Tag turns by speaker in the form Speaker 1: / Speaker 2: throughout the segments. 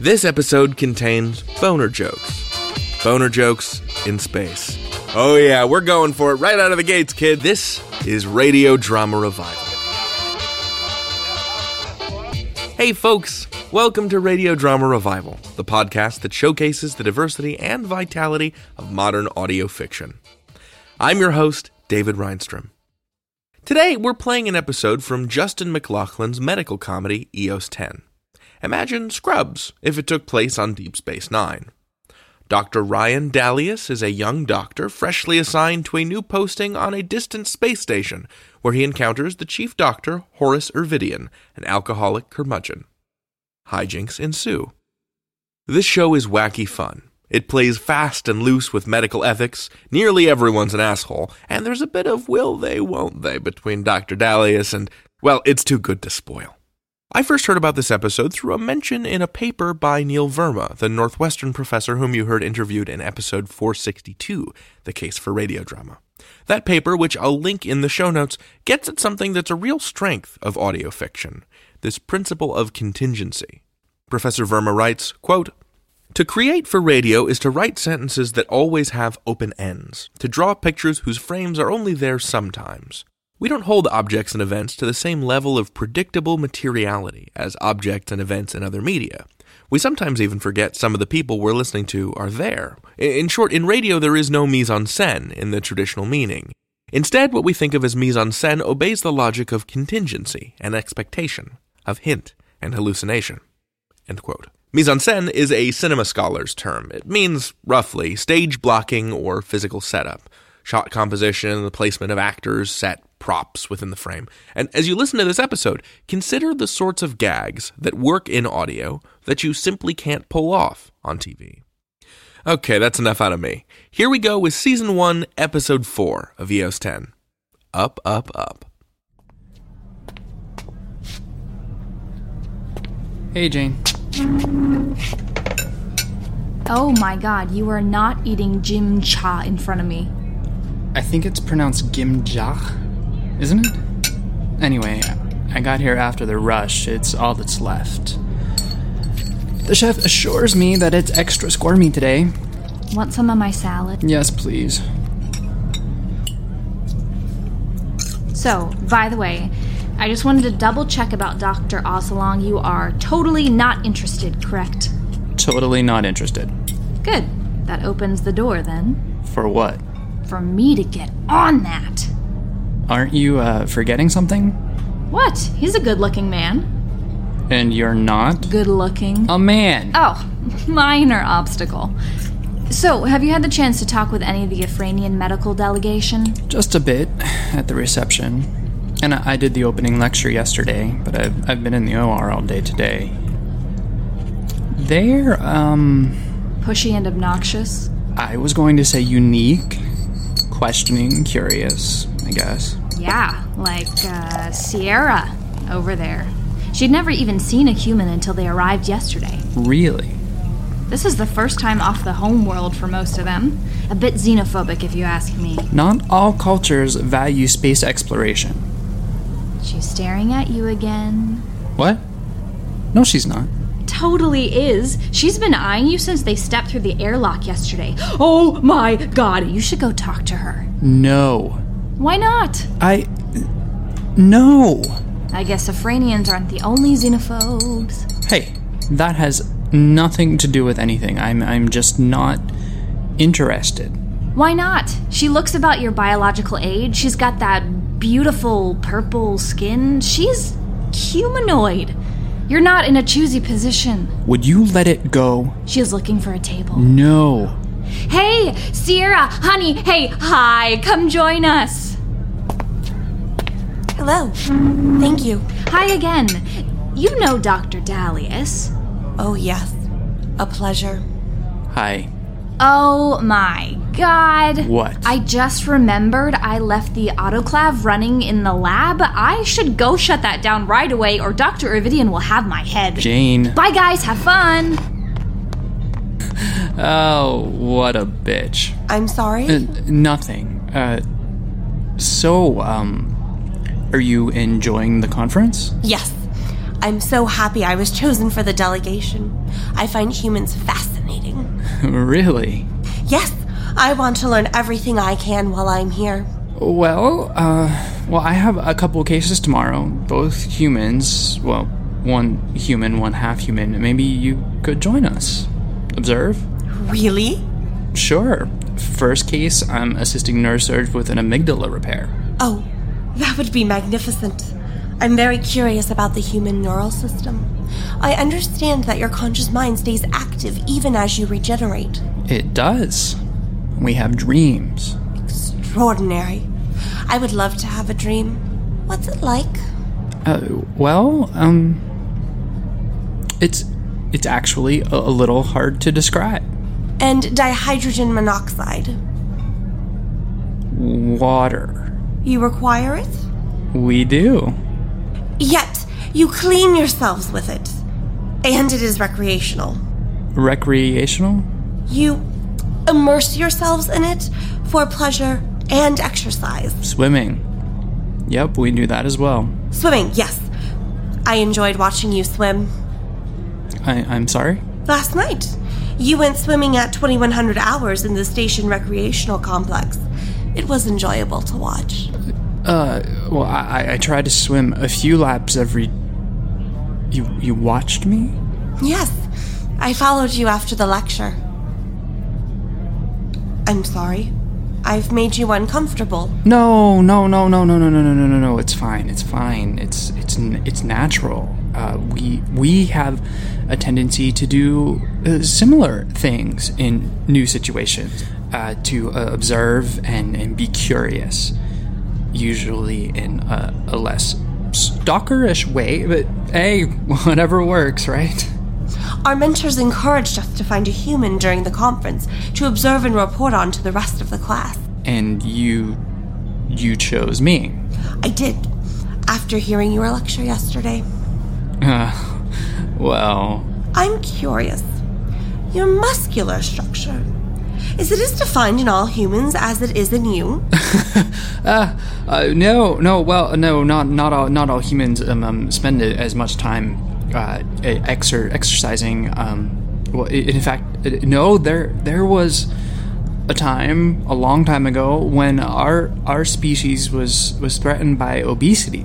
Speaker 1: This episode contains boner jokes. Boner jokes in space. Oh, yeah, we're going for it right out of the gates, kid. This is Radio Drama Revival. Hey, folks, welcome to Radio Drama Revival, the podcast that showcases the diversity and vitality of modern audio fiction. I'm your host, David Reinstrom. Today, we're playing an episode from Justin McLaughlin's medical comedy, E EOS 10. Imagine Scrubs if it took place on Deep Space Nine. Dr. Ryan Dallius is a young doctor freshly assigned to a new posting on a distant space station where he encounters the chief doctor, Horace Ervidian, an alcoholic curmudgeon. Hijinks ensue. This show is wacky fun. It plays fast and loose with medical ethics, nearly everyone's an asshole, and there's a bit of will they, won't they between Dr. Dallius and, well, it's too good to spoil. I first heard about this episode through a mention in a paper by Neil Verma, the Northwestern professor whom you heard interviewed in episode 462, The Case for Radio Drama. That paper, which I'll link in the show notes, gets at something that's a real strength of audio fiction this principle of contingency. Professor Verma writes, quote, to create for radio is to write sentences that always have open ends, to draw pictures whose frames are only there sometimes. We don't hold objects and events to the same level of predictable materiality as objects and events in other media. We sometimes even forget some of the people we're listening to are there. I- In short, in radio, there is no mise en scène in the traditional meaning. Instead, what we think of as mise en scène obeys the logic of contingency and expectation, of hint and hallucination. End quote. Mise en scène is a cinema scholar's term. It means, roughly, stage blocking or physical setup, shot composition, the placement of actors, set, props within the frame. And as you listen to this episode, consider the sorts of gags that work in audio that you simply can't pull off on TV. Okay, that's enough out of me. Here we go with Season 1, Episode 4 of E EOS 10. Up, up, up.
Speaker 2: Hey, Jane.
Speaker 3: Oh my god, you are not eating Jim Cha in front of me.
Speaker 2: I think it's pronounced Gimjach, isn't it? Anyway, I got here after the rush. It's all that's left. The chef assures me that it's extra squirmy today.
Speaker 3: Want some of my salad?
Speaker 2: Yes, please.
Speaker 3: So, by the way, I just wanted to double check about Dr. Ocelong. You are totally not interested, correct?
Speaker 2: Totally not interested.
Speaker 3: Good. That opens the door then
Speaker 2: For what?
Speaker 3: for me to get on that.
Speaker 2: Aren't you uh, forgetting something?
Speaker 3: What? He's a good looking man.
Speaker 2: And you're not
Speaker 3: Good looking.
Speaker 2: a man.
Speaker 3: Oh, minor obstacle. So, have you had the chance to talk with any of the Afranian medical delegation?
Speaker 2: Just a bit at the reception. And I, I did the opening lecture yesterday, but I've, I've been in the OR all day today. They're, um,
Speaker 3: Pushy and obnoxious?
Speaker 2: I was going to say unique, questioning, curious, I guess.
Speaker 3: Yeah, like uh, Sierra over there. She'd never even seen a human until they arrived yesterday.
Speaker 2: Really?
Speaker 3: This is the first time off the homeworld for most of them. A bit xenophobic, if you ask me.
Speaker 2: Not all cultures value space exploration.
Speaker 3: She's staring at you again.
Speaker 2: What? No, she's not.
Speaker 3: Totally is. She's been eyeing you since they stepped through the airlock yesterday. Oh my god, you should go talk to her.
Speaker 2: No.
Speaker 3: Why not?
Speaker 2: I. No!
Speaker 3: I guess Afranians aren't the only xenophobes.
Speaker 2: Hey, that has nothing to do with anything. I'm, I'm just not interested.
Speaker 3: Why not? She looks about your biological age. She's got that beautiful purple skin. She's humanoid. You're not in a choosy position.
Speaker 2: Would you let it go?
Speaker 3: She is looking for a table.
Speaker 2: No.
Speaker 3: Hey, Sierra, honey, hey, hi, come join us.
Speaker 4: Hello. Thank you.
Speaker 3: Hi again. You know Dr. Dallius.
Speaker 4: Oh, yes. A pleasure.
Speaker 2: Hi.
Speaker 3: Oh my god.
Speaker 2: What?
Speaker 3: I just remembered I left the autoclave running in the lab. I should go shut that down right away, or Dr. Ervidian will have my head.
Speaker 2: Jane.
Speaker 3: Bye, guys. Have fun.
Speaker 2: Oh, what a bitch.
Speaker 4: I'm sorry.
Speaker 2: Uh, nothing. Uh, so, um, are you enjoying the conference?
Speaker 4: yes. I'm so happy I was chosen for the delegation. I find humans fascinating.
Speaker 2: really?
Speaker 4: Yes, I want to learn everything I can while I'm here.
Speaker 2: Well, uh, well, I have a couple cases tomorrow. Both humans. Well, one human, one half human. Maybe you could join us. Observe.
Speaker 4: Really?
Speaker 2: Sure. First case, I'm assisting neurosurge with an amygdala repair.
Speaker 4: Oh, that would be magnificent. I'm very curious about the human neural system. I understand that your conscious mind stays active even as you regenerate.
Speaker 2: It does. We have dreams.
Speaker 4: Extraordinary. I would love to have a dream. What's it like?
Speaker 2: Uh, well, um, it's it's actually a, a little hard to describe.
Speaker 4: And dihydrogen monoxide.
Speaker 2: Water.
Speaker 4: You require it?
Speaker 2: We do.
Speaker 4: Yet, you clean yourselves with it. And it is recreational.
Speaker 2: Recreational.
Speaker 4: You immerse yourselves in it for pleasure and exercise.
Speaker 2: Swimming. Yep, we do that as well.
Speaker 4: Swimming, yes. I enjoyed watching you swim.
Speaker 2: I, I'm sorry.
Speaker 4: Last night, you went swimming at 2100 hours in the station recreational complex. It was enjoyable to watch.
Speaker 2: Uh, well, I, I- I try to swim a few laps every. You you watched me?
Speaker 4: Yes, I followed you after the lecture. I'm sorry. I've made you uncomfortable.
Speaker 2: No, no, no, no, no, no, no, no, no, no, no. It's fine. It's fine. It's it's n- it's natural. Uh, we we have a tendency to do uh, similar things in new situations, uh, to uh, observe and and be curious, usually in a, a less stalkerish way. But hey, whatever works, right?
Speaker 4: Our mentors encouraged us to find a human during the conference to observe and report on to the rest of the class.
Speaker 2: And you you chose me.
Speaker 4: I did, after hearing your lecture yesterday.
Speaker 2: Uh, well,
Speaker 4: I'm curious. Your muscular structure. Is it as defined in all humans as it is in you?
Speaker 2: Uh, no, no. Well, no, not not all not all humans um, um spend a- as much time uh, e- exer- exercising. Um, well, i- in fact, i- no. There there was a time a long time ago when our our species was was threatened by obesity.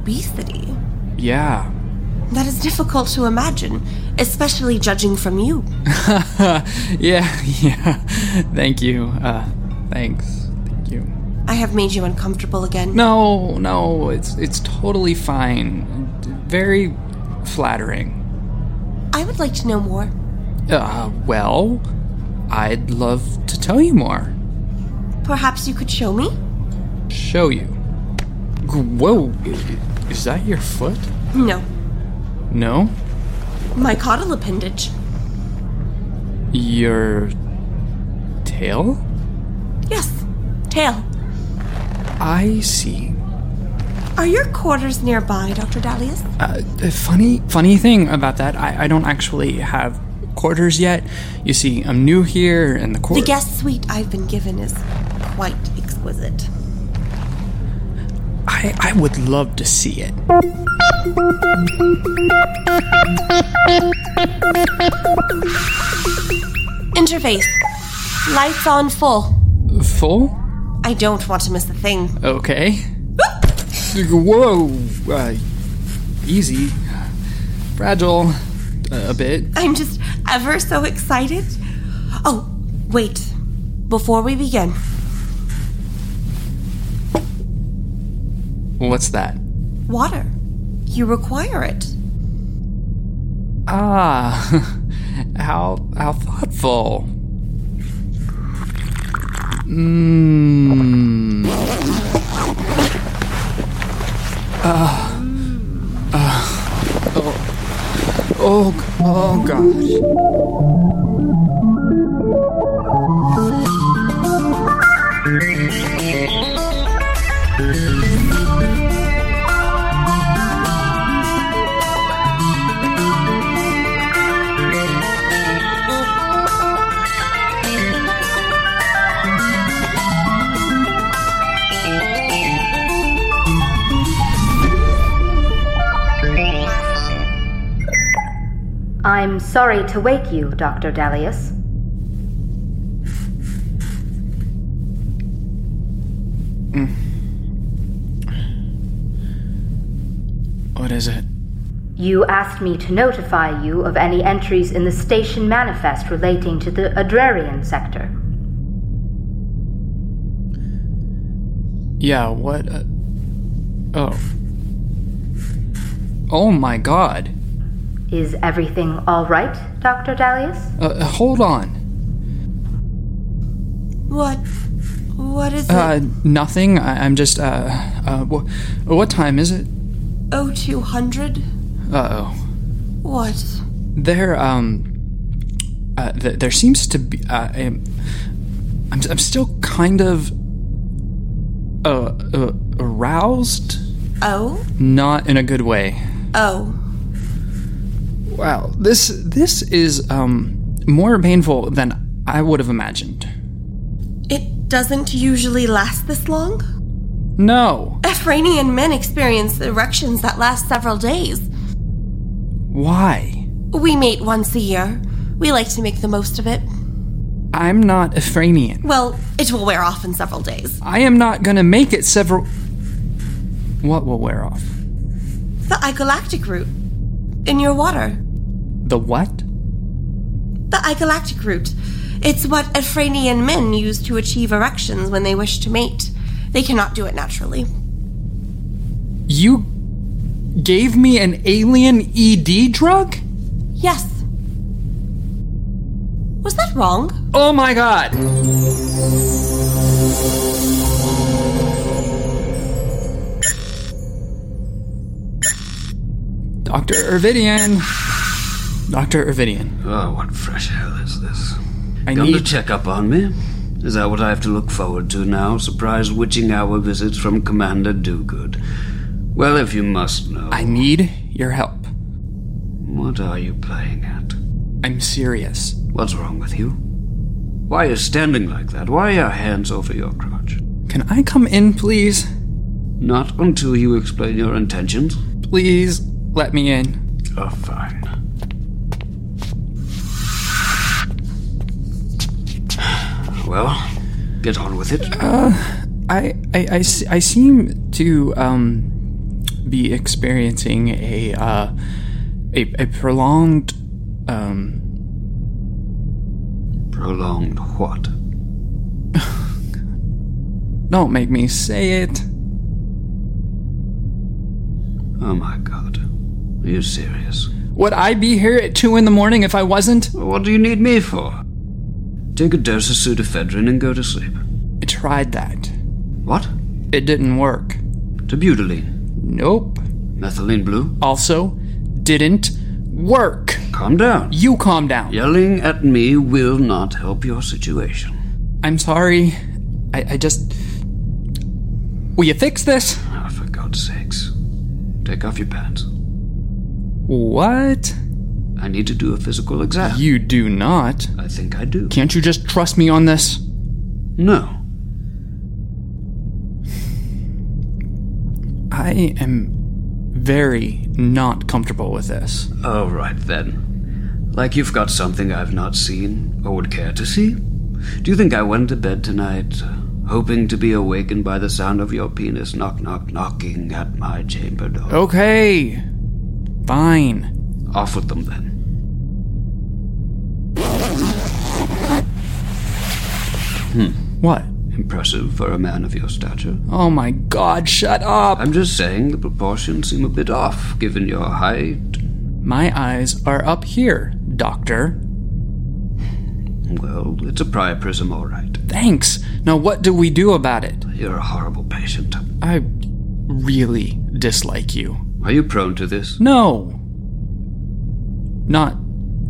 Speaker 4: Obesity.
Speaker 2: Yeah.
Speaker 4: That is difficult to imagine, especially judging from you.
Speaker 2: yeah. Yeah. Thank you. Uh, thanks. Thank you.
Speaker 4: I have made you uncomfortable again.
Speaker 2: No, no. It's it's totally fine. Very flattering.
Speaker 4: I would like to know more.
Speaker 2: Uh, well, I'd love to tell you more.
Speaker 4: Perhaps you could show me?
Speaker 2: Show you. G- Whoa, i- is that your foot?
Speaker 4: No.
Speaker 2: No,
Speaker 4: My caudal appendage.
Speaker 2: your tail?
Speaker 4: Yes. Tail.
Speaker 2: I see.
Speaker 4: Are your quarters nearby, Dr. Dalius?
Speaker 2: Uh, the funny, funny thing about that, I, I don't actually have quarters yet. You see, I'm new here, and the
Speaker 4: The
Speaker 2: quarters.
Speaker 4: guest suite I've been given is quite exquisite.
Speaker 2: I, I would love to see it.
Speaker 4: Interface. Lights on full.
Speaker 2: Full?
Speaker 4: I don't want to miss a thing.
Speaker 2: Okay. Whoa, uh, easy, fragile, uh, a bit.
Speaker 4: I'm just ever so excited. Oh, wait. Before we begin,
Speaker 2: What's that?
Speaker 4: water. You require it.
Speaker 2: Ah, how how thoughtful. Mmm. Ah. Ah. oh. Oh. Oh. Gosh.
Speaker 5: I'm sorry to wake you, Dr. Dalius.
Speaker 2: What is it?
Speaker 5: You asked me to notify you of any entries in the station manifest relating to the Adrarian sector.
Speaker 2: Yeah, what? Uh, oh. Oh my god.
Speaker 5: Is everything all right, Dr. Dalius?
Speaker 2: Uh, hold on.
Speaker 4: What? What is
Speaker 2: Uh,
Speaker 4: it?
Speaker 2: nothing. I- I'm just, uh, uh, wh- what time is it?
Speaker 4: Oh, 0200?
Speaker 2: Uh oh.
Speaker 4: What?
Speaker 2: There, um, uh, th- there seems to be. Uh, I'm, I'm, I'm still kind of uh, uh, aroused,
Speaker 4: Oh?
Speaker 2: not in a good way.
Speaker 4: Oh.
Speaker 2: Wow, this this is um more painful than I would have imagined.
Speaker 4: It doesn't usually last this long?
Speaker 2: No,
Speaker 4: Afranian men experience erections that last several days.
Speaker 2: why?
Speaker 4: We mate once a year. We like to make the most of it.
Speaker 2: I'm not Ephranian.
Speaker 4: Well, it will wear off in several days.
Speaker 2: I am not gonna make it several. What will wear off?
Speaker 4: The igalactic root. In your water.
Speaker 2: The what?
Speaker 4: The igalactic root. It's what Ephranian men use to achieve erections when they wish to mate. They cannot do it naturally.
Speaker 2: You gave me an alien ED drug?
Speaker 4: Yes. Was that wrong?
Speaker 2: Oh my god! Dr. Ervidian. Dr. Ervidian.
Speaker 6: Oh, what fresh hell is this?
Speaker 2: I
Speaker 6: Come to
Speaker 2: need.
Speaker 6: check up on me? Is that what I have to look forward to now? Surprise witching hour visits from Commander Dogood. Well, if you must know,
Speaker 2: I need your help.
Speaker 6: what are you playing at?
Speaker 2: I'm serious.
Speaker 6: What's wrong with you? Why are you standing like that? Why are your hands over your crotch?
Speaker 2: Can I come in, please?
Speaker 6: Not until you explain your intentions.
Speaker 2: Please let me in.
Speaker 6: Oh, fine. Well, get on with it.
Speaker 2: I, I, I, se- I seem to um, be experiencing a, uh, a, a prolonged. Um,
Speaker 6: Prolonged what?
Speaker 2: don't make me say it.
Speaker 6: Oh my god. Are you serious?
Speaker 2: Would I be here at 2 in the morning if I wasn't?
Speaker 6: What do you need me for? Take a dose of pseudoephedrine and go to sleep.
Speaker 2: I tried that.
Speaker 6: What?
Speaker 2: It didn't work.
Speaker 6: Terbutaline.
Speaker 2: Nope.
Speaker 6: Methylene blue?
Speaker 2: Also, didn't work.
Speaker 6: Calm down.
Speaker 2: You calm down.
Speaker 6: Yelling at me will not help your situation.
Speaker 2: I'm sorry. I, I just. Will you fix this?
Speaker 6: Ah, for God's sakes. Take off your pants.
Speaker 2: What?
Speaker 6: I need to do a physical exam.
Speaker 2: You do not.
Speaker 6: I think I do.
Speaker 2: Can't you just trust me on this?
Speaker 6: No.
Speaker 2: I am very not comfortable with this.
Speaker 6: All right then. Like you've got something I've not seen or would care to see? Do you think I went to bed tonight uh, hoping to be awakened by the sound of your penis knock knock knocking at my chamber door?
Speaker 2: Oh. Okay. Fine.
Speaker 6: Off with them then.
Speaker 2: What?
Speaker 6: Impressive for a man of your stature.
Speaker 2: Oh my god, shut up!
Speaker 6: I'm just saying the proportions seem a bit off given your height.
Speaker 2: My eyes are up here, Doctor.
Speaker 6: Well, it's a priapism, all right.
Speaker 2: Thanks. Now, what do we do about it?
Speaker 6: You're a horrible patient.
Speaker 2: I really dislike you.
Speaker 6: Are you prone to this?
Speaker 2: No. Not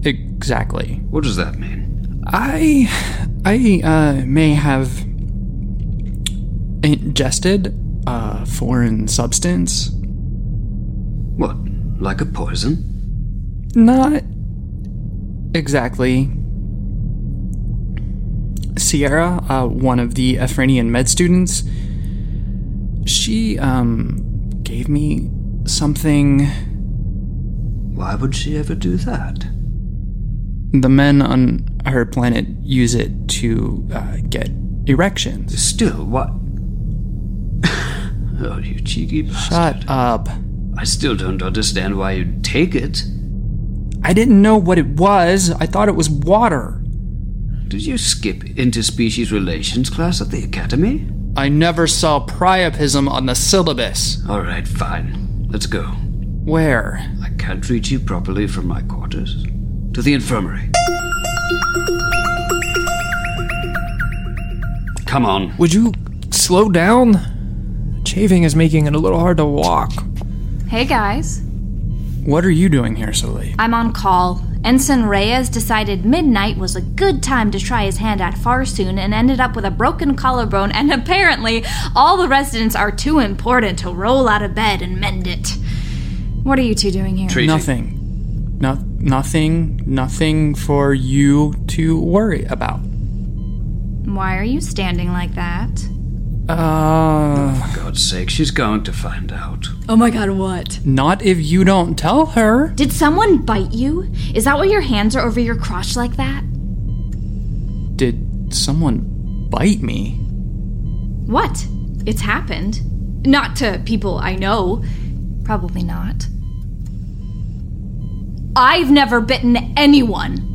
Speaker 2: exactly.
Speaker 6: What does that mean?
Speaker 2: I. I, uh, may have ingested a foreign substance.
Speaker 6: What? Like a poison?
Speaker 2: Not exactly. Sierra, uh, one of the Ephranian med students, she um, gave me something.
Speaker 6: Why would she ever do that?
Speaker 2: The men on her planet use it to uh, get erections.
Speaker 6: Still, what? oh, you cheeky bastard.
Speaker 2: Shut up.
Speaker 6: I still don't understand why you'd take it.
Speaker 2: I didn't know what it was. I thought it was water.
Speaker 6: Did you skip interspecies relations class at the academy?
Speaker 2: I never saw priapism on the syllabus.
Speaker 6: All right, fine. Let's go.
Speaker 2: Where?
Speaker 6: I can't reach you properly from my quarters. To the infirmary. Come on.
Speaker 7: Would you slow down? Chafing is making it a little hard to walk.
Speaker 3: Hey guys,
Speaker 2: What are you doing here so late?
Speaker 3: I'm on call. Ensign Reyes decided midnight was a good time to try his hand at Farsoon and ended up with a broken collarbone, and apparently, all the residents are too important to roll out of bed and mend it. What are you two doing here?
Speaker 6: Treating.
Speaker 2: Nothing. No, nothing. Nothing for you to worry about.
Speaker 3: Why are you standing like that?
Speaker 2: Uh,
Speaker 6: For God's sake, she's going to find out.
Speaker 3: Oh my god, what?
Speaker 2: not if you don't tell her.
Speaker 3: Did someone bite you? Is that why your hands are over your crotch like that?
Speaker 2: Did someone bite me?
Speaker 3: What? It's happened. Not to people I know. Probably not. I've never bitten anyone.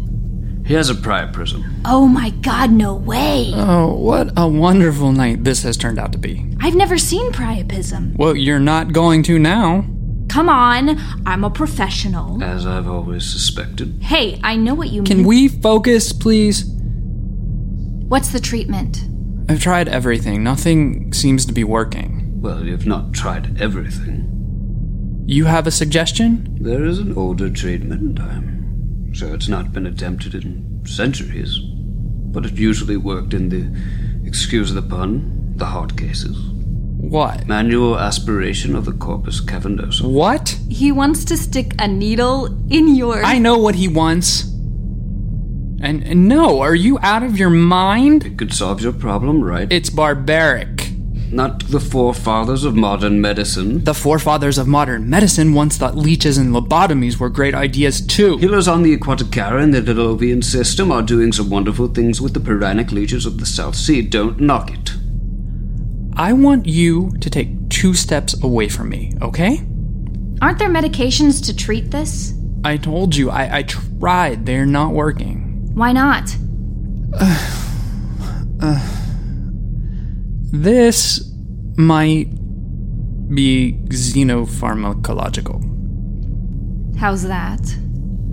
Speaker 6: Here's a prior prism.
Speaker 3: Oh my god, no way.
Speaker 2: Oh, what a wonderful night this has turned out to be.
Speaker 3: I've never seen priapism.
Speaker 2: Well, you're not going to now.
Speaker 3: Come on, I'm a professional.
Speaker 6: As I've always suspected,
Speaker 3: Hey, I know what you
Speaker 2: Can
Speaker 3: mean.
Speaker 2: we focus, please?
Speaker 3: What's the treatment?
Speaker 2: I've tried everything. Nothing seems to be working.
Speaker 6: well, you've not tried everything.
Speaker 2: You have a suggestion?
Speaker 6: There is an older treatment, I'm sure it's not been attempted in centuries, but it usually worked in the, excuse the pun, the hard cases.
Speaker 2: What?
Speaker 6: Manual aspiration of the corpus cavernosum.
Speaker 2: What?
Speaker 3: He wants to stick a needle in your.
Speaker 2: I know what he wants. And, and no, are you out of your mind?
Speaker 6: It could solve your problem, right?
Speaker 2: It's barbaric.
Speaker 6: not the forefathers of modern medicine.
Speaker 2: The forefathers of modern medicine once thought leeches and lobotomies were great ideas too.
Speaker 6: Healers on the Aquaticara and the Delovian system are doing some wonderful things with the piranhic leeches of the South Sea. Don't knock it.
Speaker 2: I want you to take two steps away from me, okay?
Speaker 3: Aren't there medications to treat this?
Speaker 2: I told you, I, I tried. They're not working.
Speaker 3: Why not?
Speaker 2: This might be xenopharmacological.
Speaker 3: How's that?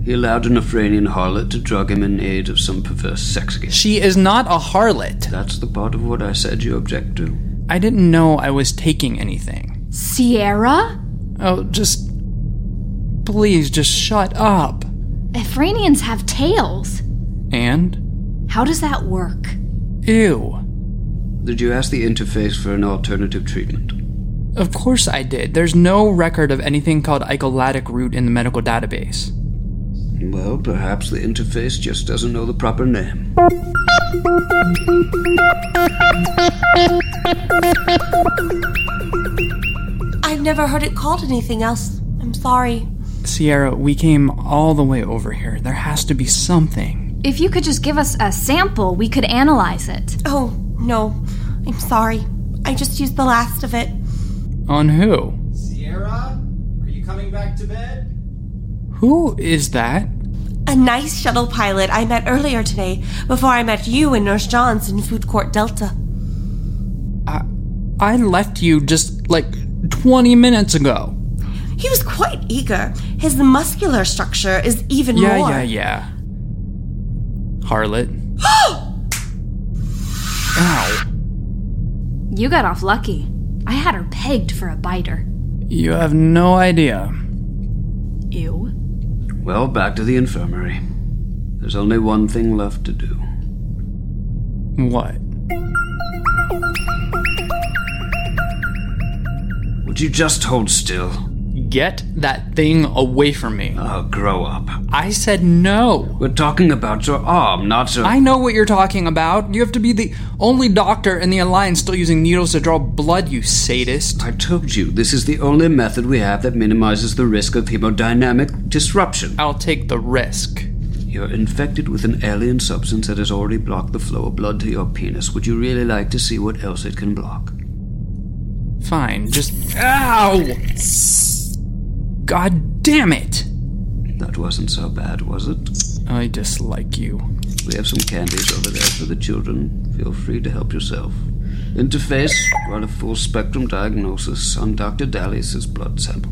Speaker 6: He allowed an Afranian harlot to drug him in aid of some perverse sex game.
Speaker 2: She is not a harlot.
Speaker 6: That's the part of what I said you object to.
Speaker 2: I didn't know I was taking anything.
Speaker 3: Sierra?
Speaker 2: Oh, just. Please, just shut up.
Speaker 3: Efranians have tails.
Speaker 2: And?
Speaker 3: How does that work?
Speaker 2: Ew.
Speaker 6: Did you ask the interface for an alternative treatment?
Speaker 2: Of course I did. There's no record of anything called icolatic root in the medical database.
Speaker 6: Well, perhaps the interface just doesn't know the proper name.
Speaker 4: I've never heard it called anything else. I'm sorry.
Speaker 2: Sierra, we came all the way over here. There has to be something.
Speaker 3: If you could just give us a sample, we could analyze it.
Speaker 4: Oh, no. I'm sorry. I just used the last of it.
Speaker 2: On who?
Speaker 8: Sierra, are you coming back to bed?
Speaker 2: Who is that?
Speaker 4: A nice shuttle pilot I met earlier today before I met you and Nurse Johns in Food Court Delta.
Speaker 2: I, I left you just like 20 minutes ago.
Speaker 4: He was quite eager. His muscular structure is even
Speaker 2: Yeah,
Speaker 4: more.
Speaker 2: yeah, yeah. Harlot. Ow.
Speaker 3: You got off lucky. I had her pegged for a biter.
Speaker 2: You have no idea.
Speaker 3: Ew.
Speaker 6: Well, back to the infirmary. There's only one thing left to do.
Speaker 2: What?
Speaker 6: Would you just hold still?
Speaker 2: Get that thing away from me.
Speaker 6: Oh, grow up.
Speaker 2: I said no.
Speaker 6: We're talking about your arm, not your.
Speaker 2: I know what you're talking about. You have to be the only doctor in the Alliance still using needles to draw blood, you sadist.
Speaker 6: I told you, this is the only method we have that minimizes the risk of hemodynamic disruption.
Speaker 2: I'll take the risk.
Speaker 6: You're infected with an alien substance that has already blocked the flow of blood to your penis. Would you really like to see what else it can block?
Speaker 2: Fine, just. Ow! God damn it!
Speaker 6: That wasn't so bad, was it?
Speaker 2: I dislike you.
Speaker 6: We have some candies over there for the children. Feel free to help yourself. Interface, run a full spectrum diagnosis on Dr. Dallius's blood sample.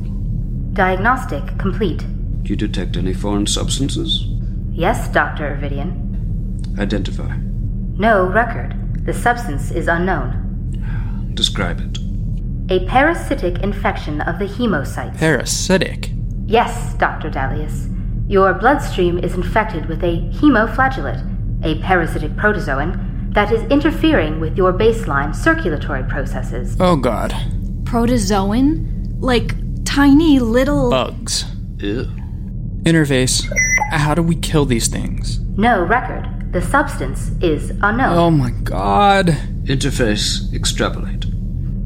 Speaker 5: Diagnostic complete.
Speaker 6: Do you detect any foreign substances?
Speaker 5: Yes, Dr. Ervidian.
Speaker 6: Identify.
Speaker 5: No record. The substance is unknown.
Speaker 6: Describe it.
Speaker 5: A parasitic infection of the hemocytes.
Speaker 2: Parasitic.
Speaker 5: Yes, Dr. Dalius. Your bloodstream is infected with a hemoflagellate, a parasitic protozoan, that is interfering with your baseline circulatory processes.
Speaker 2: Oh god.
Speaker 3: Protozoan? Like tiny little.
Speaker 2: Bugs.
Speaker 6: Ew.
Speaker 2: Interface. How do we kill these things?
Speaker 5: No record. The substance is unknown.
Speaker 2: Oh my god.
Speaker 6: Interface, extrapolate.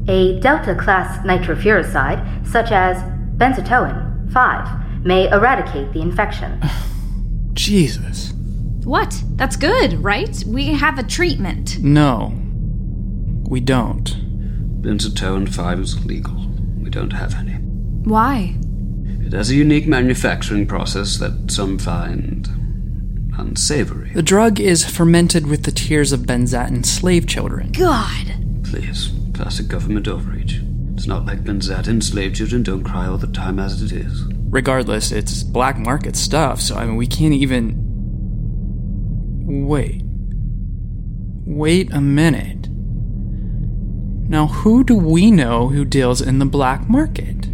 Speaker 5: A delta class nitrofuricide, such as benzotoin 5, may eradicate the infection.
Speaker 2: Jesus.
Speaker 3: What? That's good, right? We have a treatment.
Speaker 2: No. We don't.
Speaker 6: Benzotone 5 is legal. We don't have any.
Speaker 3: Why?
Speaker 6: It has a unique manufacturing process that some find unsavory.
Speaker 2: The drug is fermented with the tears of Benzatin slave children.
Speaker 3: God.
Speaker 6: Please, classic government overreach. It's not like Benzatin slave children don't cry all the time as it is.
Speaker 2: Regardless, it's black market stuff, so I mean, we can't even. Wait. Wait a minute. Now, who do we know who deals in the black market?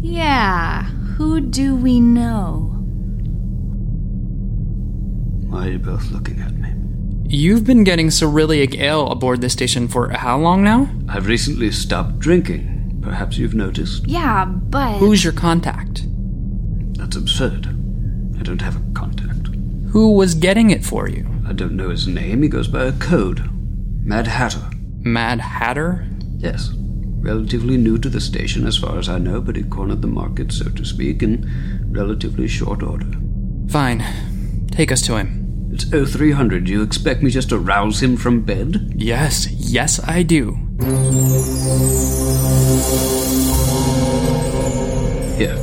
Speaker 3: Yeah. Who do we know?
Speaker 6: Why are you both looking at me?
Speaker 2: You've been getting Cyrillic ale aboard this station for how long now?
Speaker 6: I've recently stopped drinking. Perhaps you've noticed.
Speaker 3: Yeah, but.
Speaker 2: Who's your contact?
Speaker 6: That's absurd. I don't have a contact.
Speaker 2: Who was getting it for you?
Speaker 6: I don't know his name. He goes by a code Mad Hatter.
Speaker 2: Mad Hatter?
Speaker 6: Yes. Relatively new to the station, as far as I know, but he cornered the market, so to speak, in relatively short order.
Speaker 2: Fine. Take us to him.
Speaker 6: It's 0300. Do you expect me just to rouse him from bed?
Speaker 2: Yes, yes, I do.
Speaker 6: Here.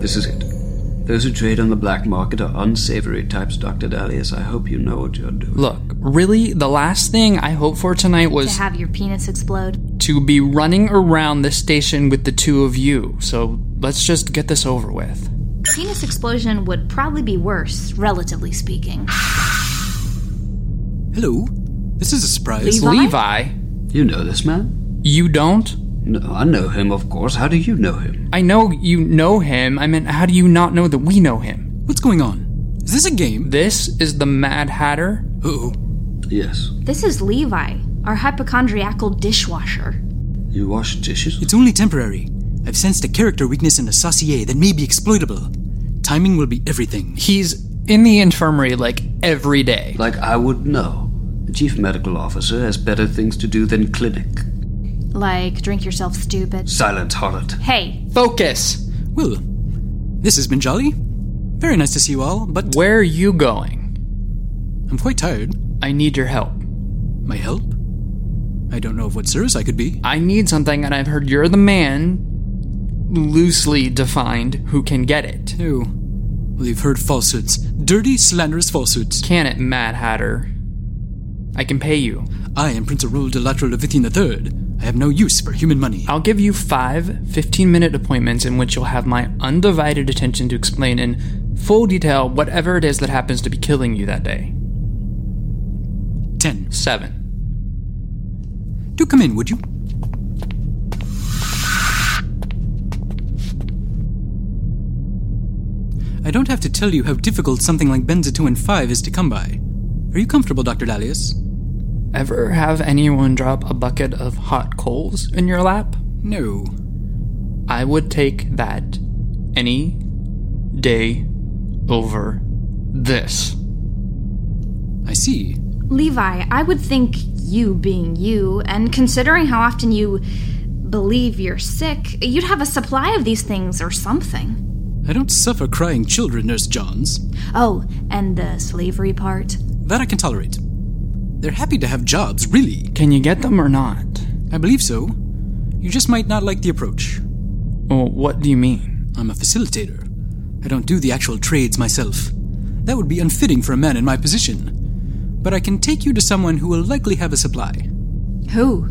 Speaker 6: This is it. Those who trade on the black market are unsavory types, Dr. Dallius. I hope you know what you're doing.
Speaker 2: Look, really, the last thing I hoped for tonight
Speaker 3: To
Speaker 2: was
Speaker 3: have your penis explode.
Speaker 2: to be running around this station with the two of you, so let's just get this over with.
Speaker 3: Penis explosion would probably be worse, relatively speaking.
Speaker 9: Hello. This is a surprise.
Speaker 3: Levi?
Speaker 2: Levi,
Speaker 6: You know this man?
Speaker 2: you don't?
Speaker 6: No, I know him, of course. How do you know him?
Speaker 2: I know you know him. I mean, how do you not know that we know him?
Speaker 9: What's going on? Is this a game?
Speaker 2: This is the Mad Hatter.
Speaker 9: Oh,
Speaker 6: Yes.
Speaker 3: This is Levi, our hypochondriacal dishwasher.
Speaker 6: You wash dishes?
Speaker 9: it's only temporary. I've sensed a character weakness in a saucier that may be exploitable. Timing will be everything.
Speaker 2: He's in the infirmary like every day.
Speaker 6: Like I would know. The chief medical officer has better things to do than clinic.
Speaker 3: Like, drink yourself stupid.
Speaker 6: Silence, harlot.
Speaker 3: Hey,
Speaker 2: Focus.
Speaker 9: Well, this has been jolly. Very nice to see you all, but
Speaker 2: Where are you going?
Speaker 9: I'm quite tired.
Speaker 2: I need your help.
Speaker 9: My help? I don't know of what service I could be.
Speaker 2: I need something, and I've heard you're the man, loosely defined, who can get it.
Speaker 9: Oh, well, you've heard falsehoods. Dirty, slanderous falsehoods.
Speaker 2: Can it, Mad Hatter? I can pay you.
Speaker 9: I am Prince Arul de Latro Levithian III. I have no use for human money.
Speaker 2: I'll give you five 15 minute appointments in which you'll have my undivided attention to explain in full detail whatever it is that happens to be killing you that day.
Speaker 9: Ten.
Speaker 2: Seven.
Speaker 9: Do come in, would you? I don't have to tell you how difficult something like benzoin 5 is to come by. Are you comfortable, Dr. Dalius?
Speaker 2: Ever have anyone drop a bucket of hot coals in your lap?
Speaker 9: No.
Speaker 2: I would take that any day over this.
Speaker 9: I see.
Speaker 3: Levi, I would think you being you, and considering how often you believe you're sick, you'd have a supply of these things or something.
Speaker 9: I I don't suffer crying children, Nurse Johns.
Speaker 3: Oh, and the slavery part.
Speaker 9: That I can tolerate. They're happy to have jobs, really.
Speaker 2: Can you get them or not?
Speaker 9: I believe so. You just might not like the approach.
Speaker 2: Well, what do you mean?
Speaker 9: I'm a facilitator. I don't do the actual trades myself. That would be unfitting for a man in my position. But I can take you to someone who will likely have a supply.
Speaker 3: Who?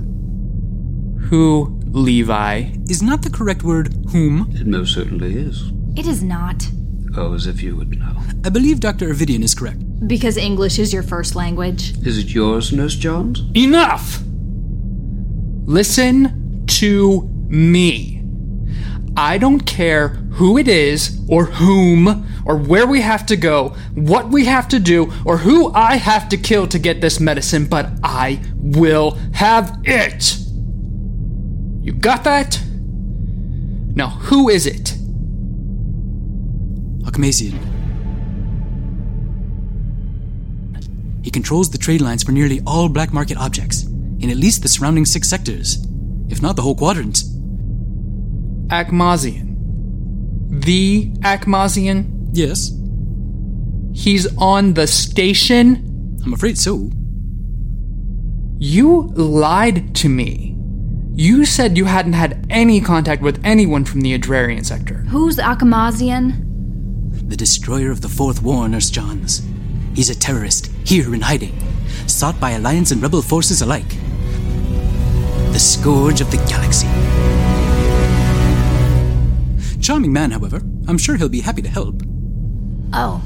Speaker 2: Who, Levi?
Speaker 9: Is not the correct word whom?
Speaker 6: It most certainly is.
Speaker 3: It is not.
Speaker 6: Oh, as if you would know.
Speaker 9: I believe Dr. Avidian is correct.
Speaker 3: Because English is your first language.
Speaker 6: Is it yours, Nurse Johns?
Speaker 2: Enough! Listen to me. I don't care who it is, or whom, or where we have to go, what we have to do, or who I have to kill to get this medicine, but I will have it! You got that? Now, who is it?
Speaker 9: Akmazian. He controls the trade lines for nearly all black market objects, in at least the surrounding six sectors, if not the whole quadrant.
Speaker 2: Akmazian. The Akmazian?
Speaker 9: Yes,
Speaker 2: He's on the station?
Speaker 9: I'm afraid so.
Speaker 2: You lied to me. You said you hadn't had any contact with anyone from the Adrarian sector.
Speaker 3: Who's Akamazian?
Speaker 9: The destroyer of the Fourth War, Nurse Johns. He's a terrorist, here in hiding, sought by Alliance and Rebel forces alike. The scourge of the galaxy. Charming man, however. I'm sure he'll be happy to help.
Speaker 3: Oh,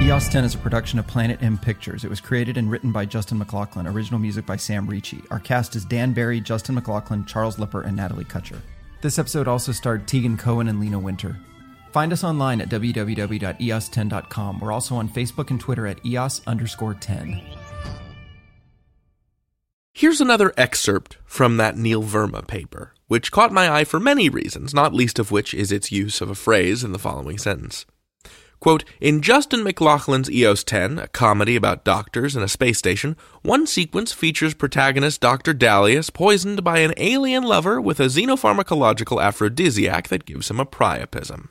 Speaker 10: EOS 10 is a production of Planet M Pictures. It was created and written by Justin McLaughlin, original music by Sam Ricci. Our cast is Dan Barry, Justin McLaughlin, Charles Lipper, and Natalie Kutcher. This episode also starred Tegan Cohen and Lena Winter. Find us online at E www.eos10.com. We're also on Facebook and Twitter at EOS underscore 10.
Speaker 1: Here's another excerpt from that Neil Verma paper, which caught my eye for many reasons, not least of which is its use of a phrase in the following sentence. Quote, in Justin McLaughlin's E EOS 10, a comedy about doctors and a space station, one sequence features protagonist Dr. Dalius poisoned by an alien lover with a xenopharmacological aphrodisiac that gives him a priapism.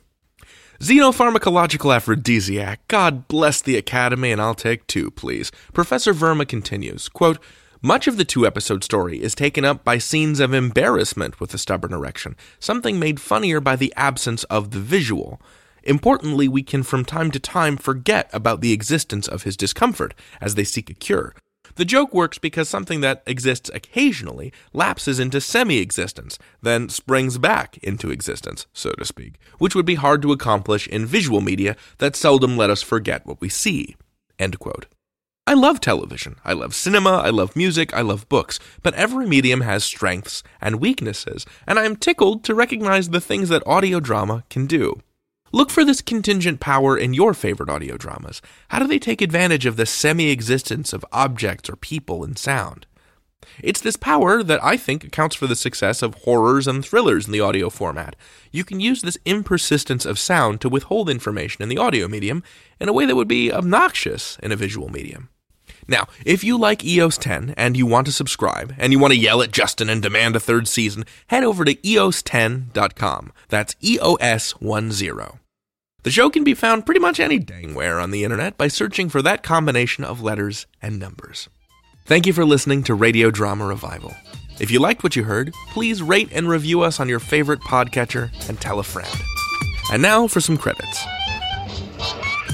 Speaker 1: Xenopharmacological aphrodisiac. God bless the Academy, and I'll take two, please. Professor Verma continues quote, Much of the two episode story is taken up by scenes of embarrassment with the stubborn erection, something made funnier by the absence of the visual. Importantly, we can from time to time forget about the existence of his discomfort as they seek a cure. The joke works because something that exists occasionally lapses into semi existence, then springs back into existence, so to speak, which would be hard to accomplish in visual media that seldom let us forget what we see. End quote. I love television. I love cinema. I love music. I love books. But every medium has strengths and weaknesses, and I am tickled to recognize the things that audio drama can do. Look for this contingent power in your favorite audio dramas. How do they take advantage of the semi existence of objects or people in sound? It's this power that I think accounts for the success of horrors and thrillers in the audio format. You can use this impersistence of sound to withhold information in the audio medium in a way that would be obnoxious in a visual medium. Now, if you like E EOS 10 and you want to subscribe and you want to yell at Justin and demand a third season, head over to E eos10.com. That's E EOS10. The show can be found pretty much any dang where on the internet by searching for that combination of letters and numbers. Thank you for listening to Radio Drama Revival. If you liked what you heard, please rate and review us on your favorite podcatcher and tell a friend. And now for some credits.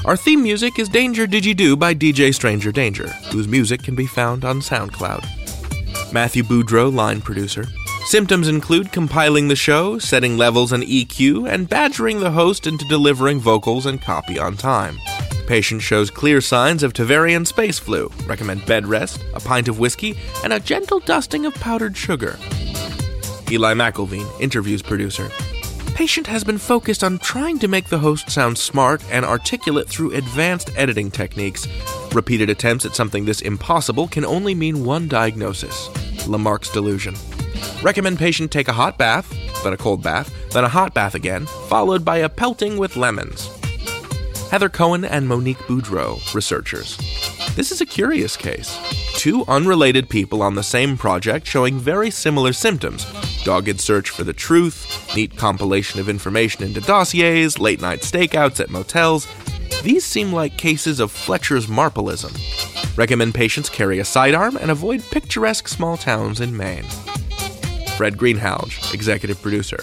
Speaker 1: Our theme music is Danger Did You Do by DJ Stranger Danger, whose music can be found on SoundCloud. Matthew Boudreau, line producer. Symptoms include compiling the show, setting levels and EQ, and badgering the host into delivering vocals and copy on time. Patient shows clear signs of Tavarian space flu, recommend bed rest, a pint of whiskey, and a gentle dusting of powdered sugar. Eli McElveen, interviews producer. Patient has been focused on trying to make the host sound smart and articulate through advanced editing techniques. Repeated attempts at something this impossible can only mean one diagnosis Lamarck's delusion. Recommend patient take a hot bath, then a cold bath, then a hot bath again, followed by a pelting with lemons. Heather Cohen and Monique Boudreau, researchers. This is a curious case. Two unrelated people on the same project showing very similar symptoms dogged search for the truth, neat compilation of information into dossiers, late night stakeouts at motels. These seem like cases of Fletcher's Marpleism. Recommend patients carry a sidearm and avoid picturesque small towns in Maine. Fred Greenhalge, executive producer.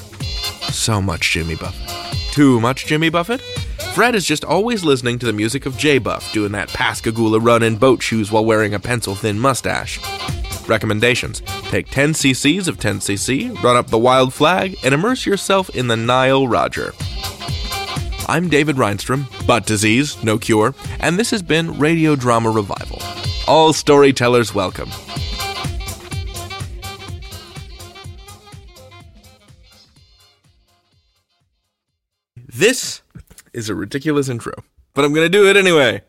Speaker 1: So much Jimmy Buffett. Too much Jimmy Buffett? Fred is just always listening to the music of J Buff, doing that Pascagoula run in boat shoes while wearing a pencil thin mustache. Recommendations Take 10 cc's of 10cc, run up the wild flag, and immerse yourself in the Nile Roger. I'm David Reinstrom, butt disease, no cure, and this has been Radio Drama Revival. All storytellers welcome. This is a ridiculous intro, but I'm going to do it anyway.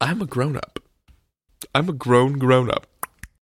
Speaker 1: I'm a grown up. I'm a grown grown up.